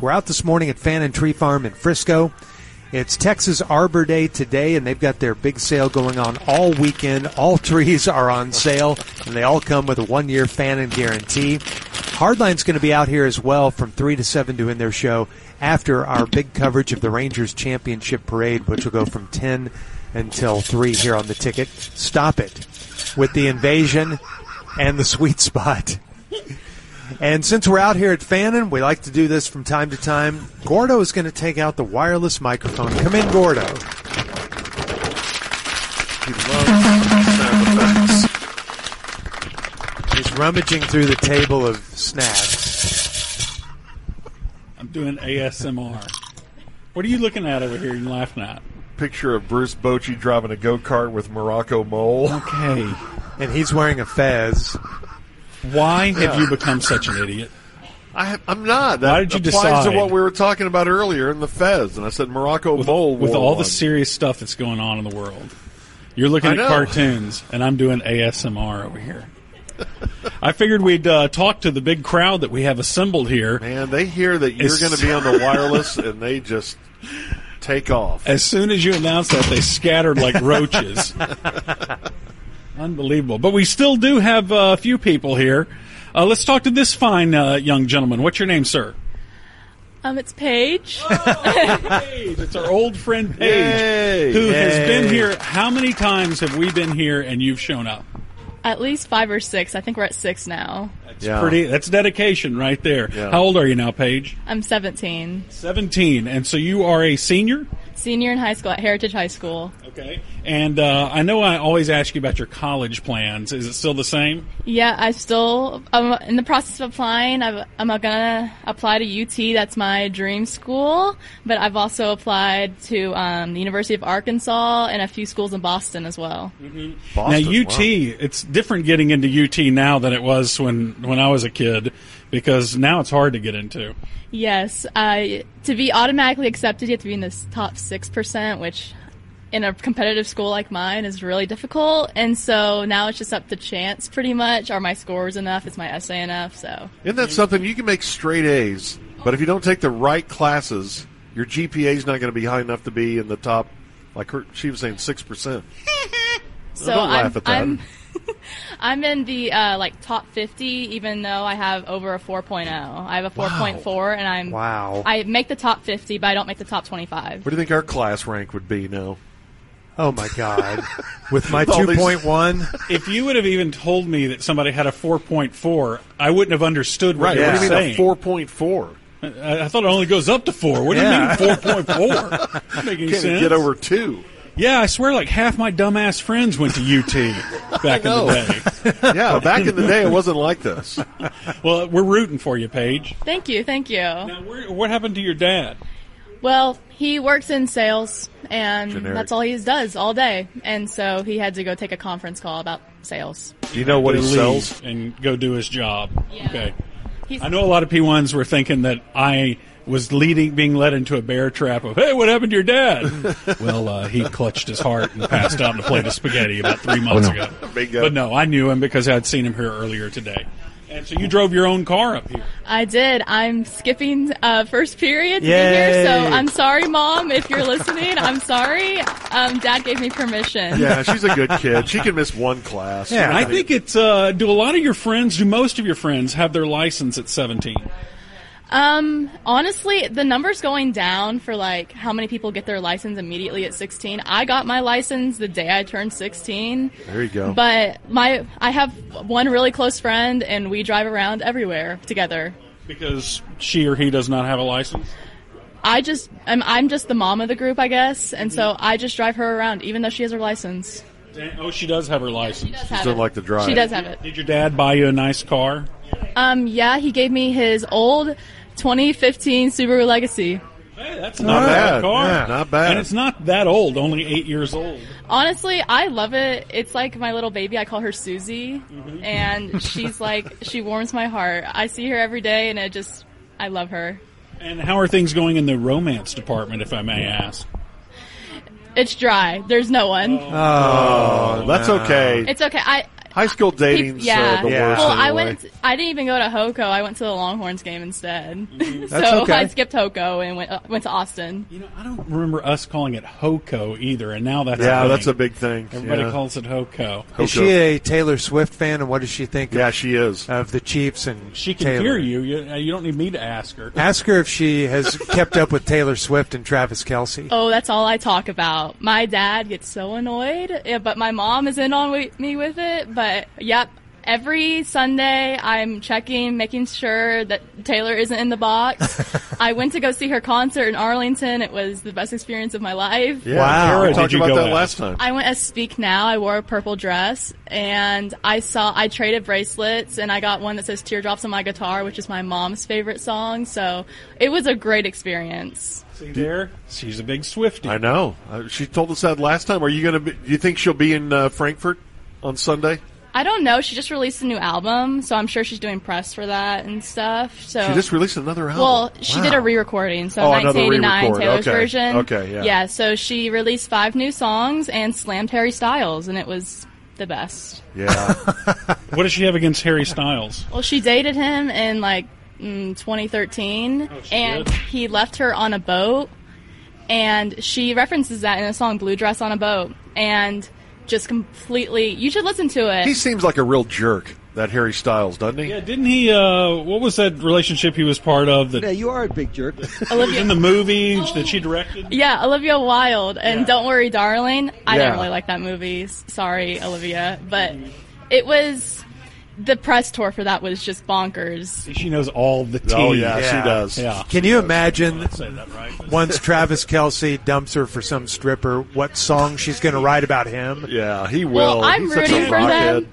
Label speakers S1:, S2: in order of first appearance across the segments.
S1: We're out this morning at Fan and Tree Farm in Frisco. It's Texas Arbor Day today, and they've got their big sale going on all weekend. All trees are on sale, and they all come with a one-year fan and guarantee. Hardline's going to be out here as well from 3 to 7 doing their show after our big coverage of the Rangers Championship Parade, which will go from 10 until 3 here on the ticket. Stop it with the invasion and the sweet spot. And since we're out here at Fannin, we like to do this from time to time. Gordo is going to take out the wireless microphone. Come in, Gordo. He loves sound effects. He's rummaging through the table of snacks.
S2: I'm doing ASMR. What are you looking at over here and laughing at?
S3: picture of Bruce Bochy driving a go kart with Morocco Mole.
S2: Okay.
S1: And he's wearing a fez.
S2: Why have you become such an idiot?
S3: I, I'm not. That
S2: Why did you
S3: applies to
S2: decide?
S3: what we were talking about earlier in the Fez, and I said Morocco Mole
S2: With
S3: wore
S2: all
S3: one.
S2: the serious stuff that's going on in the world. You're looking
S3: I
S2: at
S3: know.
S2: cartoons, and I'm doing ASMR over here. I figured we'd uh, talk to the big crowd that we have assembled here.
S3: Man, they hear that you're
S2: It's-
S3: going to be on the wireless, and they just take off.
S2: As soon as you announced that, they scattered like roaches. Unbelievable. But we still do have uh, a few people here. Uh, let's talk to this fine uh, young gentleman. What's your name, sir?
S4: Um, it's Paige.
S2: Paige. It's our old friend
S3: Yay.
S2: Paige, who
S1: Yay.
S2: has been here. How many times have we been here and you've shown up?
S4: At least five or six. I think we're at six now.
S2: That's
S3: Yeah.
S2: pretty. That's dedication right there.
S3: Yeah.
S2: How old are you now, Paige?
S4: I'm 17,
S2: Seventeen, and so you are a senior.
S4: senior in high school at Heritage High School.
S2: Okay. And uh, I know I always ask you about your college plans. Is it still the same?
S4: Yeah, I still I'm in the process of applying. I've, I'm gonna apply to UT. That's my dream school. But I've also applied to um, the University of Arkansas and a few schools in Boston as well.
S3: Boston,
S2: now UT,
S3: wow.
S2: it's different getting into UT now than it was when when I was a kid, because now it's hard to get into.
S4: Yes, I to be automatically accepted, you have to be in this top six percent, which in a competitive school like mine is really difficult. And so now it's just up to chance, pretty much. Are my scores enough? Is my essay enough? So
S3: Isn't that something? You can make straight A's, but if you don't take the right classes, your GPA's not going to be high enough to be in the top. Like her, she was saying, six percent.
S4: so
S3: don't laugh
S4: I'm,
S3: at that.
S4: I'm I'm in the uh, like top fifty, even though I have over a 4.0. I have a 4.4, and I'm
S1: Wow.
S4: I make the top fifty, but I don't make the top twenty-five.
S3: What do you think our class rank would be now?
S1: Oh my God. With my
S3: With all these-
S1: 2.1.
S2: If you would have even told me that somebody had a 4.4, I wouldn't have understood what you
S3: What
S2: were
S3: do you mean
S2: saying.
S3: a four point four?
S2: I, I thought it only goes up to four. What
S1: Yeah.
S2: do you mean 4.4? Doesn't make any
S3: Can't even
S2: sense.
S3: get over two.
S2: yeah, I swear like half my dumbass friends went to UT back in
S3: know.
S2: the
S3: Yeah, back in the day, it wasn't like this.
S2: day. Well, we're rooting for you, Paige.
S4: Thank you, thank you.
S2: Now, where, what happened to your dad?
S4: Well, he works in sales, and
S3: Generic.
S4: that's all he does all day. And so he had to go take a conference call about sales.
S3: Do you know what
S2: To
S3: he
S2: leave
S3: sells?
S2: and go do his job.
S4: Yeah.
S2: Okay.
S4: He's,
S2: I know a lot of P1s were thinking that I was leading, being led into a bear trap of, hey, what happened to your dad? well, uh, he clutched his heart and passed out in a plate of spaghetti about three months ago.
S3: Bingo.
S2: But no, I knew him because I'd seen him here earlier today. And so you drove your own car up here.
S4: I did. I'm skipping uh, first period to be
S1: Yay.
S4: here, so I'm sorry, mom, if you're listening. I'm sorry. Um, Dad gave me permission.
S3: Yeah, she's a good kid. She can miss one class.
S1: Yeah.
S2: And I think it's, uh, do a lot of your friends, do most of your friends have their license at 17?
S4: Um, honestly, the number's going down for like how many people get their license immediately at 16. I got my license the day I turned 16.
S3: There you go.
S4: But my, I have one really close friend, and we drive around everywhere together.
S2: Because she or he does not have a license?
S4: I just, I'm, I'm just the mom of the group, I guess, and so I just drive her around, even though she has her license.
S2: Dan- Oh, she does have her license.
S4: Have
S3: doesn't
S4: it.
S3: like to drive.
S4: She does have it.
S2: Did your dad buy you a nice car?
S4: Um, yeah, he gave me his old 2015 Subaru Legacy.
S2: Hey, that's not, a
S3: bad.
S2: bad car.
S3: Yeah, not bad.
S2: And it's not that old, only eight years old.
S4: Honestly, I love it. It's like my little baby. I call her Susie, and she's like, she warms my heart. I see her every day, and it just, I love her.
S2: And how are things going in the romance department, if I may ask?
S4: It's dry. There's no one.
S3: Oh, that's okay.
S4: It's okay. I
S3: High school dating's
S4: Peop- yeah.
S3: uh, the
S1: Yeah.
S3: worst.
S4: Well, I
S3: anyway.
S4: went. I didn't even go to Hoko. I went to the Longhorns game instead.
S1: That's
S4: so
S1: okay.
S4: I skipped Hoko and went uh, went to Austin.
S2: You know, I don't remember us calling it Hoco either, and now that's
S3: yeah,
S2: a
S3: that's
S2: thing.
S3: a big thing.
S2: Everybody
S3: yeah.
S2: calls it Hoco.
S1: Is she a Taylor Swift fan, and what does she think
S3: Yeah, she
S2: Uh,
S3: is.
S1: of the Chiefs and
S2: She can
S1: Taylor?
S2: hear you. you. uh, You don't need me to ask her.
S1: Ask her if she has kept up with Taylor Swift and Travis Kelsey.
S4: Oh, that's all I talk about. My dad gets so annoyed, yeah, but my mom is in on wi- me with it. But yep, every Sunday I'm checking, making sure that Taylor isn't in the box. I went to go see her concert in Arlington. It was the best experience of my life.
S3: Yeah,
S1: Wow.
S3: Kara
S2: Did
S3: talked
S2: you
S3: about
S2: go
S3: that
S2: out?
S3: last time.
S4: I went as Speak Now. I wore a purple dress and I saw, I traded bracelets and I got one that says Teardrops on My Guitar, which is my mom's favorite song. So it was a great experience.
S2: See there? She's a big Swifty.
S3: I know. Uh, she told us that last time. Are you going to? Do you think she'll be in uh, Frankfurt on Sunday?
S4: I don't know. She just released a new album, so I'm sure she's doing press for that and stuff. So
S3: She just released another album.
S4: well, she did a
S3: Wow.
S4: re-recording, so
S3: Oh, another
S4: 1989
S3: re-record.
S4: Taylor's
S3: Okay.
S4: version.
S3: Okay, yeah.
S4: Yeah, so she released five new songs and slammed Harry Styles, and it was the best.
S3: Yeah,
S2: What does she have against Harry Styles?
S4: Well, she dated him in like mm, 2013,
S2: Oh, she
S4: and
S2: did?
S4: he left her on a boat, and she references that in a song "Blue Dress on a Boat," and just completely. You should listen to it.
S3: he seems like a real jerk. That Harry Styles, doesn't he?
S2: Yeah, didn't he? Uh, what was that relationship he was part of that
S5: Yeah, you are a big jerk.
S4: Olivia.
S2: in the movie that she directed?
S4: Yeah, Olivia Wilde and
S2: Yeah.
S4: Don't Worry Darling. I
S3: Yeah.
S4: didn't really like that movie. S- Sorry, Olivia, but it was the press tour for that was just bonkers.
S2: She knows all the tea.
S3: Oh yeah,
S1: Yeah.
S3: she does.
S2: Yeah.
S1: Can you imagine
S2: Say that right.
S1: once Travis Kelsey dumps her for some stripper, what song she's going to write about him?
S3: Yeah, he will.
S4: Well, I'm
S3: He's such a
S4: rooting for
S3: rockhead.
S4: them.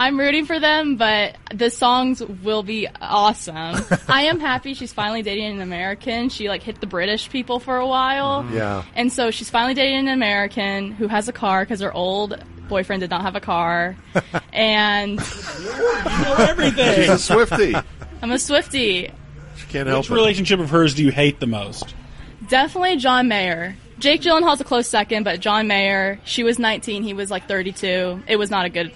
S4: I'm rooting for them, but the songs will be awesome. I am happy she's finally dating an American. She like hit the British people for a while.
S3: Mm-hmm. Yeah.
S4: And so she's finally dating an American who has a car cuz her old boyfriend did not have a car. and
S3: She's
S2: everything.
S3: a Swifty.
S4: I'm a Swiftie.
S3: She can't help
S2: Which
S3: it.
S2: relationship of hers do you hate the most?
S4: Definitely John Mayer. Jake Gyllenhaal's a close second, but John Mayer, she was 19, he was like 32. It was not a good.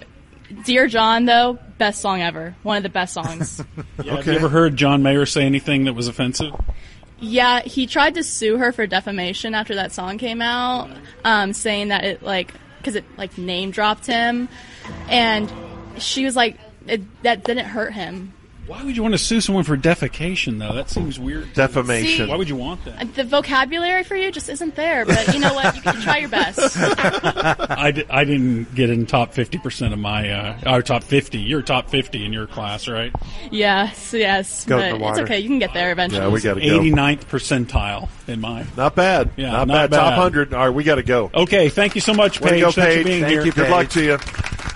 S4: Dear John, though, best song ever. One of the best songs.
S2: Have you ever heard John Mayer say anything that was offensive?
S4: yeah, he tried to sue her for defamation after that song came out, um, saying that it like because it like name dropped him, and she was like, it, that didn't hurt him.
S2: Why would you want to sue someone for defecation, though? That seems weird.
S3: Defamation.
S4: See-
S2: Why would you want that?
S4: The vocabulary for you just isn't there, but you know what? You can try your best.
S2: I, di- I didn't get in top 50% of my, uh, or top 50. You're top 50 in your class, right?
S4: Yes, yes,
S1: Go in
S4: but
S1: the
S4: it's
S1: water.
S4: okay. You can get there eventually.
S3: yeah, we got to go.
S2: 89th percentile in mine.
S3: Not bad.
S2: Yeah,
S3: not,
S2: not
S3: bad. Top
S2: bad.
S3: hundred. All right, we got to go.
S2: Okay, thank you so much,
S3: Way to
S2: Paige.
S3: go,
S2: Thanks
S3: Paige.
S2: for being
S1: Thank
S2: here.
S1: you,
S3: Good luck
S1: Paige.
S3: to you.